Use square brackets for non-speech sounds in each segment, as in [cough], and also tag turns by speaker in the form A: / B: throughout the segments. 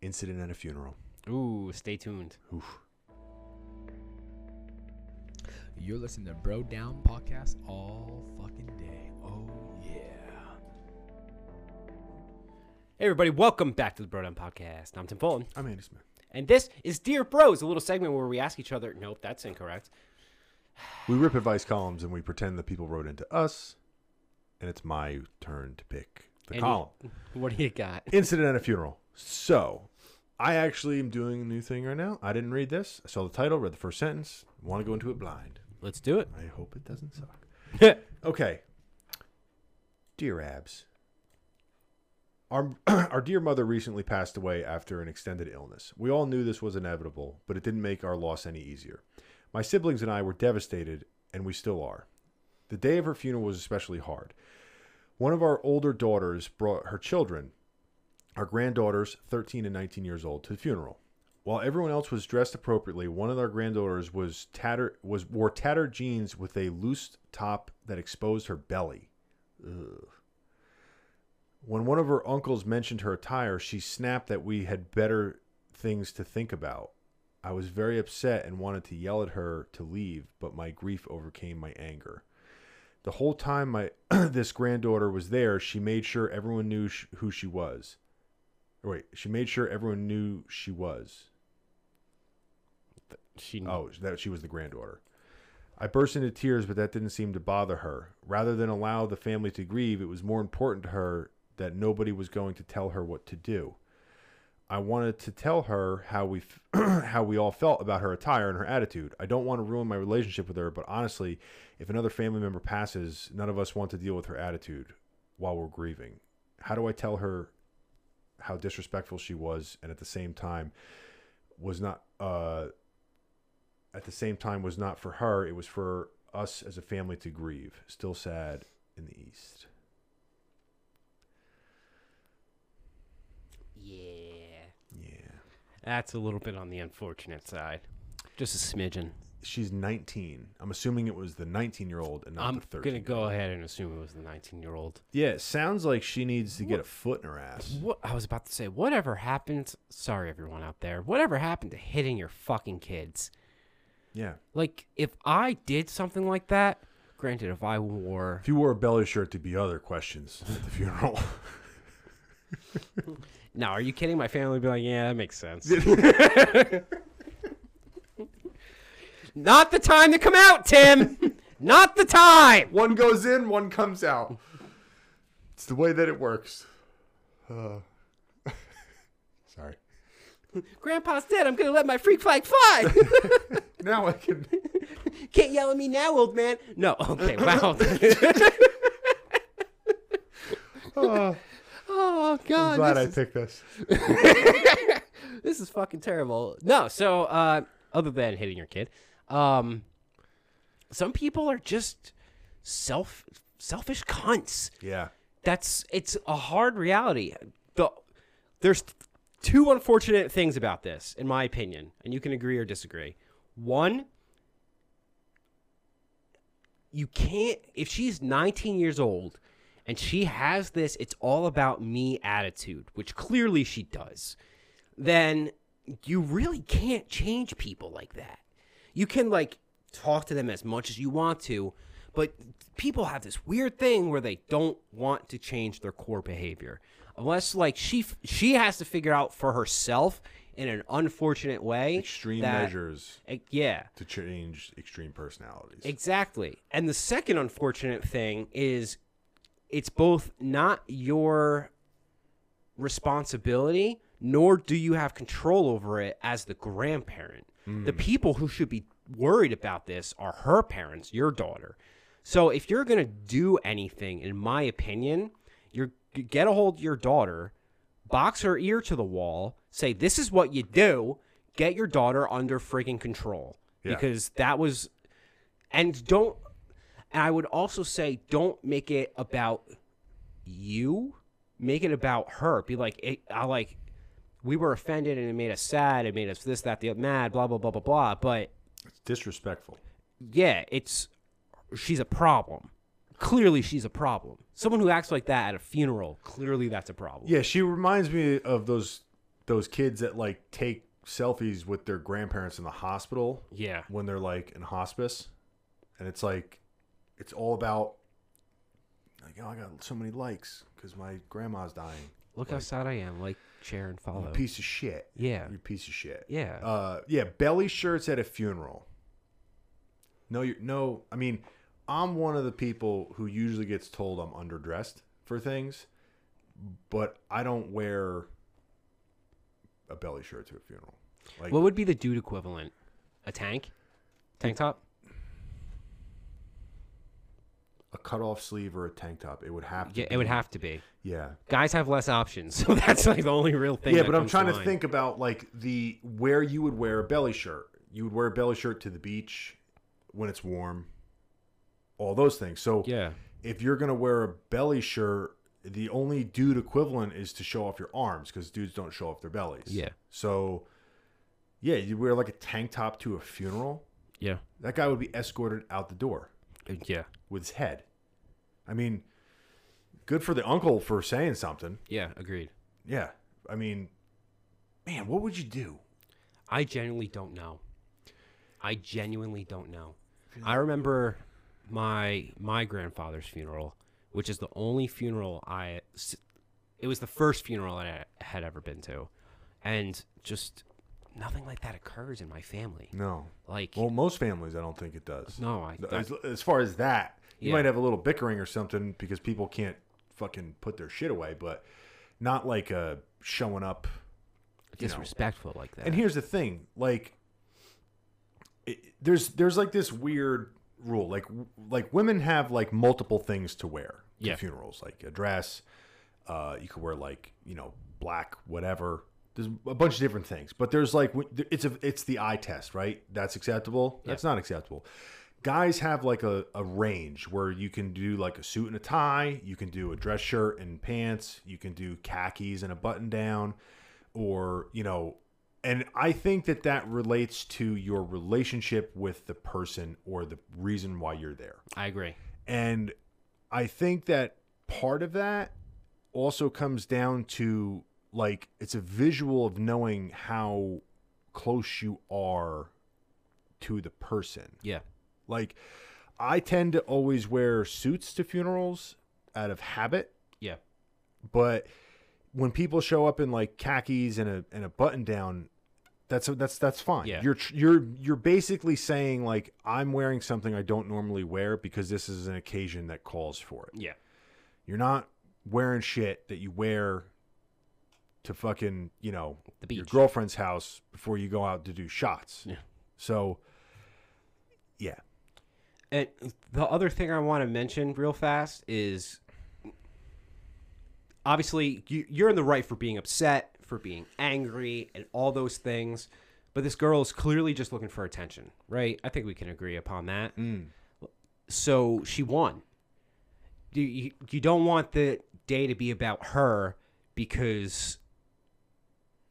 A: Incident at a funeral.
B: Ooh, stay tuned.
A: Oof.
C: You're listening to Bro Down Podcast all fucking day. Oh, yeah.
B: Hey everybody, welcome back to the Bro Down Podcast. I'm Tim Fulton,
A: I'm Andy Smith.
B: and this is Dear Bros, a little segment where we ask each other. Nope, that's incorrect.
A: We rip advice columns and we pretend the people wrote into us, and it's my turn to pick the
B: Andy.
A: column.
B: [laughs] What do you got?
A: Incident at a funeral. So, I actually am doing a new thing right now. I didn't read this. I saw the title, read the first sentence. Want to go into it blind.
B: Let's do it.
A: I hope it doesn't suck. Okay. Dear Abs, our, [clears throat] our dear mother recently passed away after an extended illness. We all knew this was inevitable, but it didn't make our loss any easier. My siblings and I were devastated, and we still are. The day of her funeral was especially hard. One of our older daughters brought her children, our granddaughters, 13 and 19 years old, to the funeral. While everyone else was dressed appropriately, one of our granddaughters was tattered was wore tattered jeans with a loose top that exposed her belly. Ugh. When one of her uncles mentioned her attire, she snapped that we had better things to think about. I was very upset and wanted to yell at her to leave, but my grief overcame my anger. The whole time my [clears throat] this granddaughter was there, she made sure everyone knew sh- who she was. Or wait, she made sure everyone knew she was.
B: [laughs] She
A: Oh, that she was the granddaughter. I burst into tears, but that didn't seem to bother her. Rather than allow the family to grieve, it was more important to her that nobody was going to tell her what to do. I wanted to tell her how we f- [clears throat] how we all felt about her attire and her attitude. I don't want to ruin my relationship with her, but honestly, if another family member passes, none of us want to deal with her attitude while we're grieving. How do I tell her how disrespectful she was and at the same time was not uh at the same time was not for her it was for us as a family to grieve still sad in the east
B: yeah.
A: yeah
B: That's a little bit on the unfortunate side. Just a smidgen.
A: she's 19 i'm assuming it was the 19 year old and not
B: I'm
A: the 13
B: gonna go ahead and assume it was the 19-year-old.
A: yeah it sounds like she needs to get a foot in her ass
B: What I was about to say, whatever happened, sorry everyone out there, whatever happened to hitting your fucking kids?
A: yeah
B: Like, if I did something like that, granted, if I wore,
A: if you wore a belly shirt there'd be other questions at the funeral [laughs]
B: now, are you kidding? My family would be like, yeah, that makes [laughs] sense. Not the time to come out, Tim. Not the time.
A: one goes in one comes out it's the way that it works uh, [laughs] sorry
B: Grandpa's dead. I'm gonna let my freak flag [laughs] fly.
A: now i can
B: Can't yell at me now, old man. No. Okay. Wow.
A: uh,
B: [laughs] oh
A: i'm
B: God.
A: glad
B: this
A: i
B: is-
A: picked this
B: this is fucking terrible. No, so uh, other than hitting your kid, um, some people are just self selfish cunts.
A: yeah
B: That's it's a hard reality. The there's two unfortunate things about this, in my opinion, and you can agree or disagree. One, you can't if she's 19 years old and she has this it's all about me attitude which clearly she does then you really can't change people like that you can like talk to them as much as you want to but people have this weird thing where they don't want to change their core behavior unless like she f- she has to figure out for herself in an unfortunate way
A: extreme
B: that-
A: measures
B: eh, yeah
A: to change extreme personalities.
B: Exactly. And the second unfortunate thing is it's both not your responsibility nor do you have control over it as the grandparent. The people who should be worried about this are her parents, your daughter. So if you're going to do anything in my opinion, you're you get a hold of your daughter, box her ear to the wall, say this is what you do, get your daughter under freaking control
A: Yeah.
B: because that was and don't and i would also say don't make it about you make it about her be like it, i like we were offended and it made us sad it made us this that the other, mad blah blah blah blah blah but
A: it's disrespectful.
B: yeah it's she's a problem clearly she's a problem someone who acts like that at a funeral clearly that's a problem
A: Yeah, she reminds me of those those kids that like take selfies with their grandparents in the hospital
B: Yeah.
A: when they're like in hospice, and it's like it's all about like oh I got so many likes because my grandma's dying.
B: Look how sad I am. Like, share and follow.
A: You piece of shit.
B: Yeah.
A: You piece of shit.
B: Yeah.
A: Uh, yeah. Belly shirts at a funeral. No, you no. I mean, I'm one of the people who usually gets told I'm underdressed for things, but I don't wear a belly shirt to a funeral. Like,
B: what would be the dude equivalent? A tank? Tank top?
A: a cutoff sleeve or a tank top. It would have to.
B: Yeah, it would
A: be-
B: have to be.
A: Yeah.
B: Guys have less options, [laughs] so that's like the only real thing.
A: Yeah,
B: that
A: but I'm
B: comes
A: trying to
B: mind.
A: think about like the where you would wear a belly shirt. You would wear a belly shirt to the beach when it's warm. All those things. So
B: Yeah.
A: if you're gonna wear a belly shirt, the only dude equivalent is to show off your arms because dudes don't show off their bellies.
B: Yeah.
A: So yeah, you wear like a tank top to a funeral.
B: Yeah.
A: That guy would be escorted out the door
B: Yeah.
A: with his head. I mean, good for the uncle for saying something.
B: Yeah. Agreed.
A: Yeah. I mean, man, what would you do?
B: I genuinely don't know. I genuinely don't know. I remember my my grandfather's funeral, which is the only funeral I. s- It was the first funeral I had ever been to, and just nothing like that occurs in my family.
A: No.
B: Like
A: Well, most families, I don't think it does.
B: no, I
A: As, as far as that, you
B: Yeah.
A: might have a little bickering or something because people can't fucking put their shit away, but not like uh, showing up.
B: disrespectful like that.
A: And here's the thing, like, it, there's there's like this weird rule, like w- like women have like multiple things to wear to
B: Yeah.
A: funerals, like a dress. Uh, you could wear like you know black whatever. There's a bunch of different things, but there's like w- th- it's a it's the eye test, right? That's acceptable. That's not acceptable. Guys have like a, a range where you can do like a suit and a tie, you can do a dress shirt and pants, you can do khakis and a button down, or you know and I think that that relates to your relationship with the person or the reason why you're there.
B: I agree.
A: And I think that part of that also comes down to like it's a visual of knowing how close you are to the person.
B: Yeah.
A: Like I tend to always wear suits to funerals out of habit
B: Yeah.
A: but when people show up in like khakis and a and a button down that's that's that's fine
B: Yeah.
A: you're tr- you're you're basically saying like i'm wearing something i don't normally wear because this is an occasion that calls for it
B: Yeah.
A: you're not wearing shit that you wear to fucking you know
B: The
A: your
B: beach.
A: girlfriend's house before you go out to do shots
B: Yeah.
A: so yeah
B: And the other thing I want to mention real fast is obviously you, you're in the right for being upset, for being angry, and all those things. But this girl is clearly just looking for attention, right? I think we can agree upon that. So she won. You, you, you don't want the day to be about her because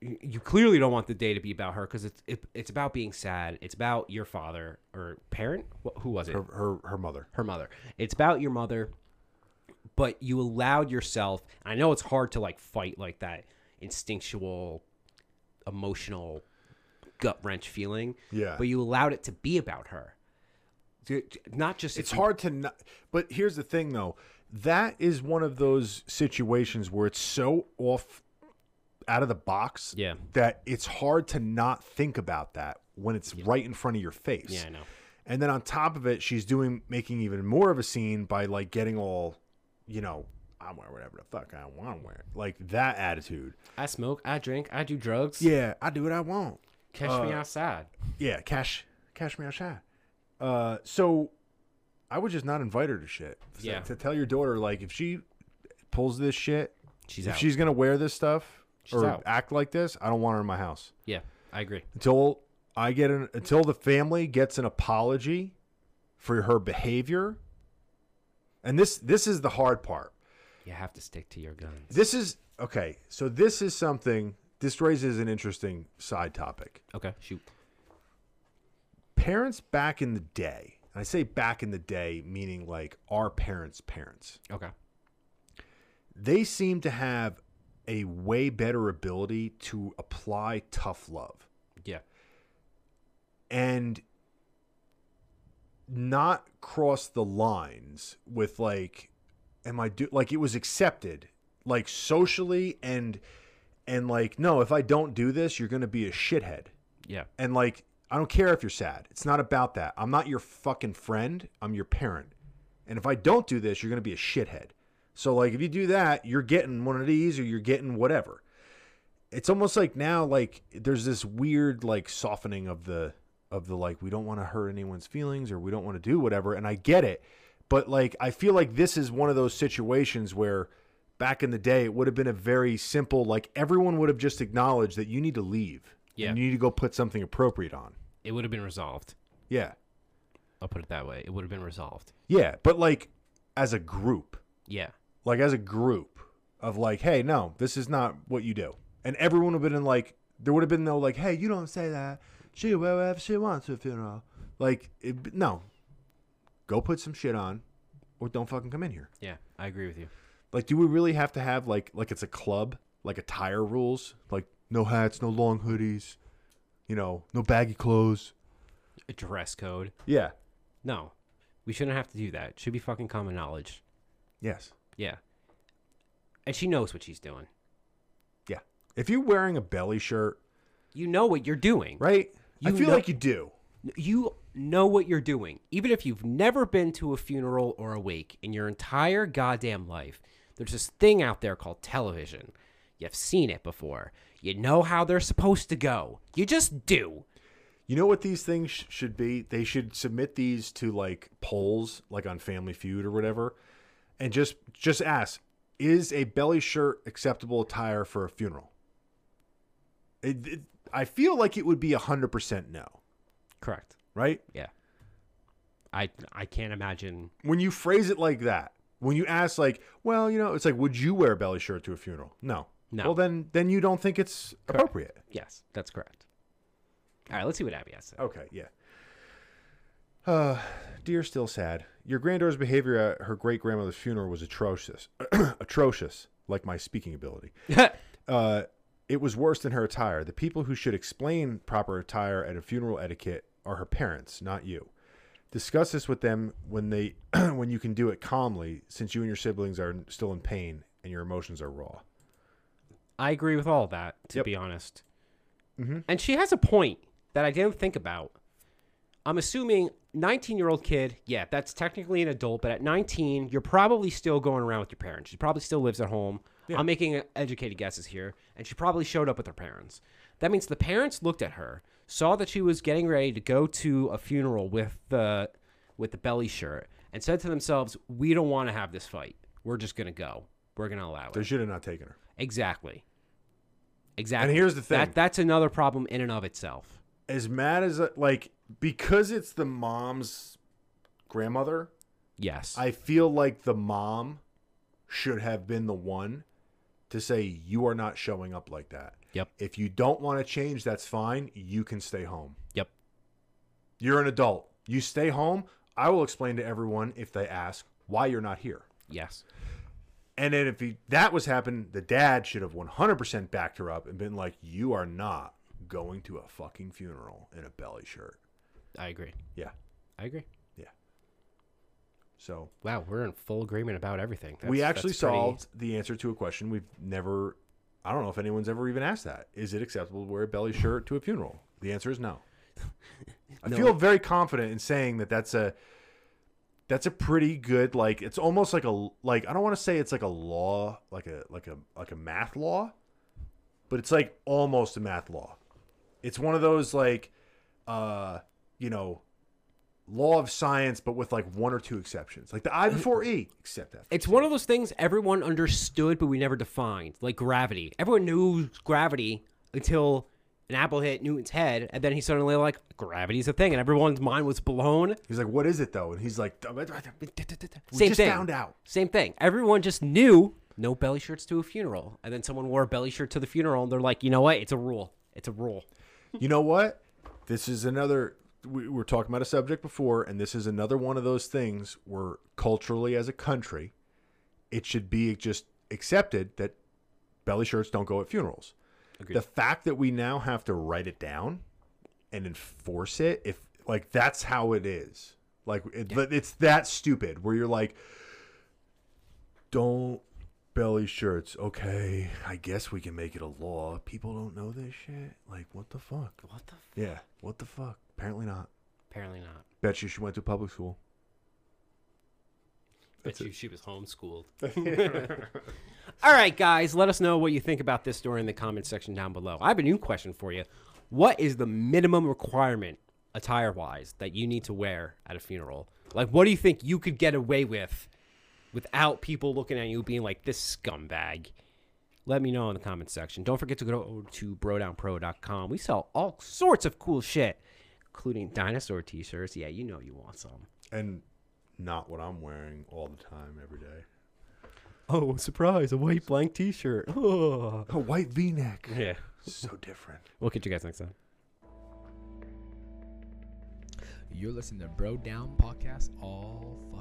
B: you you clearly don't want the day to be about her because it's it, it's about being sad. It's about your father or parent. Wh- Who was it?
A: her her, her mother
B: her mother. It's about your mother, but you allowed yourself. And I know it's hard to like fight like that instinctual, emotional, gut wrench feeling.
A: Yeah.
B: But you allowed it to be about her, To- to- not just
A: it's hard to not but here's the thing though that is one of those situations where it's so off out of the box
B: Yeah.
A: that it's hard to not think about that when it's right in front of your face
B: Yeah, I know.
A: and then on top of it she's doing making even more of a scene by like getting all you know i'm wearing whatever the fuck i want to wear like that attitude
B: I smoke. I drink. I do drugs.
A: yeah Uh, i do what i want
B: Catch me outside.
A: yeah cash cash me outside uh so i would just not invite her to shit So-
B: Yeah.
A: to tell your daughter like if she pulls this shit
B: She's
A: if
B: out.
A: she's gonna wear this stuff or
B: out.
A: act like this i don't want her in my house
B: yeah, I agree.
A: until i get an until the family gets an apology for her behavior and this this is the hard part
B: You have to stick to your guns.
A: this is okay so this is something this raises an interesting side topic
B: Okay, shoot.
A: parents back in the day, and I say back in the day, meaning like our parents' parents,
B: Okay.
A: they seem to have a way better ability to apply tough love
B: Yeah.
A: and not cross the lines with like am i do like it was accepted like socially and and like no if i don't do this you're going to be a shithead
B: Yeah.
A: and like I don't care if you're sad. It's not about that. I'm not your fucking friend. I'm your parent. And if I don't do this, you're going to be a shithead. So like if you do that, you're getting one of these or you're getting whatever. It's almost like now like there's this weird like softening of the of the like we don't want to hurt anyone's feelings or we don't want to do whatever and I get it. But like I feel like this is one of those situations where back in the day it would have been a very simple like everyone would have just acknowledged that you need to leave.
B: Yeah.
A: And you need to go put something appropriate on.
B: It would have been resolved.
A: Yeah.
B: I'll put it that way. It would have been resolved.
A: Yeah. But like as a group,
B: Yeah.
A: like as a group of like, hey, no, this is not what you do. And everyone would have been in like, there would have been no like, hey, you don't say that. She will if she wants to funeral. Like, it, no, go put some shit on, or don't fucking come in here.
B: Yeah. I agree with you.
A: Like, do we really have to have like like it's a club, like attire rules, like no hats, no long hoodies, you know, no baggy clothes.
B: A dress code.
A: Yeah.
B: No. We shouldn't have to do that. It should be fucking common knowledge.
A: Yes.
B: Yeah. And she knows what she's doing.
A: Yeah. If you're wearing a belly shirt,
B: You know what you're doing.
A: right? I
B: You
A: feel
B: know-
A: like you do.
B: You know what you're doing. Even if you've never been to a funeral or a wake in your entire goddamn life, there's this thing out there called television. You've seen it before. You know how they're supposed to go. You just do.
A: You know what these things sh- should be? They should submit these to like polls, like on Family Feud or whatever, and just just ask: Is a belly shirt acceptable attire for a funeral? It, it, I feel like it would be hundred percent no,
B: Correct.
A: right?
B: Yeah. I I can't imagine.
A: When you phrase it like that, when you ask like, well, you know, it's like, would you wear a belly shirt to a funeral? No.
B: No.
A: Well, then then you don't think it's appropriate.
B: Yes, that's correct. All right, let's see what Abby has. to say.
A: Okay, yeah. [sighs] Uh, dear, still sad. Your granddaughter's behavior at her great grandmother's funeral was atrocious. [clears throat] atrocious, like my speaking ability.
B: [laughs]
A: Uh, it was worse than her attire. The people who should explain proper attire at a funeral etiquette are her parents, not you. Discuss this with them when they [clears throat] when you can do it calmly, since you and your siblings are still in pain and your emotions are raw.
B: I agree with all that, to
A: Yep.
B: be honest.
A: Mhm.
B: And she has a point that I didn't think about. I'm assuming 19 year old kid, yeah, that's technically an adult, but at 19, you're probably still going around with your parents. She probably still lives at home. I'm making educated guesses here. And she probably showed up with her parents. That means the parents looked at her, saw that she was getting ready to go to a funeral with the with the belly shirt, and said to themselves, We don't want to have this fight. We're just gonna go. We're gonna allow it.
A: They should have not taken her.
B: Exactly. Exactly.
A: here's the thing.
B: That, that's another problem in and of itself.
A: As mad as like because it's the mom's grandmother,
B: Yes.
A: I feel like the mom should have been the one to say, You are not showing up like that.
B: Yep.
A: If you don't want to change, that's fine. You can stay home.
B: Yep.
A: You're an adult. You stay home. I will explain to everyone if they ask why you're not here.
B: Yes.
A: And then if he, that was happening, the dad should have 100% backed her up and been like, You are not going to a fucking funeral in a belly shirt.
B: I agree.
A: Yeah.
B: I agree.
A: So
B: Wow, we're in full agreement about everything.
A: we
B: That's-
A: actually
B: that's pretty-
A: solved the answer to a question we've never i don't know if anyone's ever even asked that is it acceptable to wear a belly shirt to a funeral the answer is
B: [laughs]
A: no, i
B: No.
A: feel very confident in saying that that's a that's a pretty good like it's almost like a like i don't want to say it's like a law like a like a like a math law but it's like almost a math law it's one of those like uh you know law of science but with like one or two exceptions like the i before e except that
B: It's one of those things everyone understood, but we never defined, like gravity. Everyone knew gravity until an apple hit Newton's head, and then he suddenly like gravity's a thing, and everyone's mind was blown.
A: He's like, "What is it though?" And he's like, "We
B: Same
A: just
B: thing.
A: found out."
B: Same thing. Everyone just knew no belly shirts to a funeral, and then someone wore a belly shirt to the funeral, and they're like, you know what? It's a rule. It's a rule.
A: You know what? This is another. We we were talking about a subject before, and this is another one of those things where culturally, as a country, it should be just accepted that belly shirts don't go at funerals.
B: Agreed.
A: The fact that we now have to write it down and enforce it, if like that's how it is, like it, but it's that stupid where you're like, don't belly shirts. Okay, I guess we can make it a law. People don't know this shit. Like what the fuck?
B: What the? F-
A: Yeah, what the fuck? Apparently not.
B: Apparently not.
A: Bet you she went to public school.
B: Bet you she was homeschooled. [laughs] All right, guys, let us know what you think about this story in the comment section down below. I have a new question for you. What is the minimum requirement, attire wise, that you need to wear at a funeral? Like, what do you think you could get away with without people looking at you being like, this scumbag? Let me know in the comment section. Don't forget to go to brodownpro.com. We sell all sorts of cool shit, including dinosaur t shirts. Yeah, you know you want some.
A: and not what I'm wearing all the time every day.
B: Oh, surprise, a white blank t shirt. Oh.
A: A white V-neck.
B: Yeah.
A: so different.
B: We'll catch you guys next time.
C: You're listening to Bro Down Podcast all fucking Oh,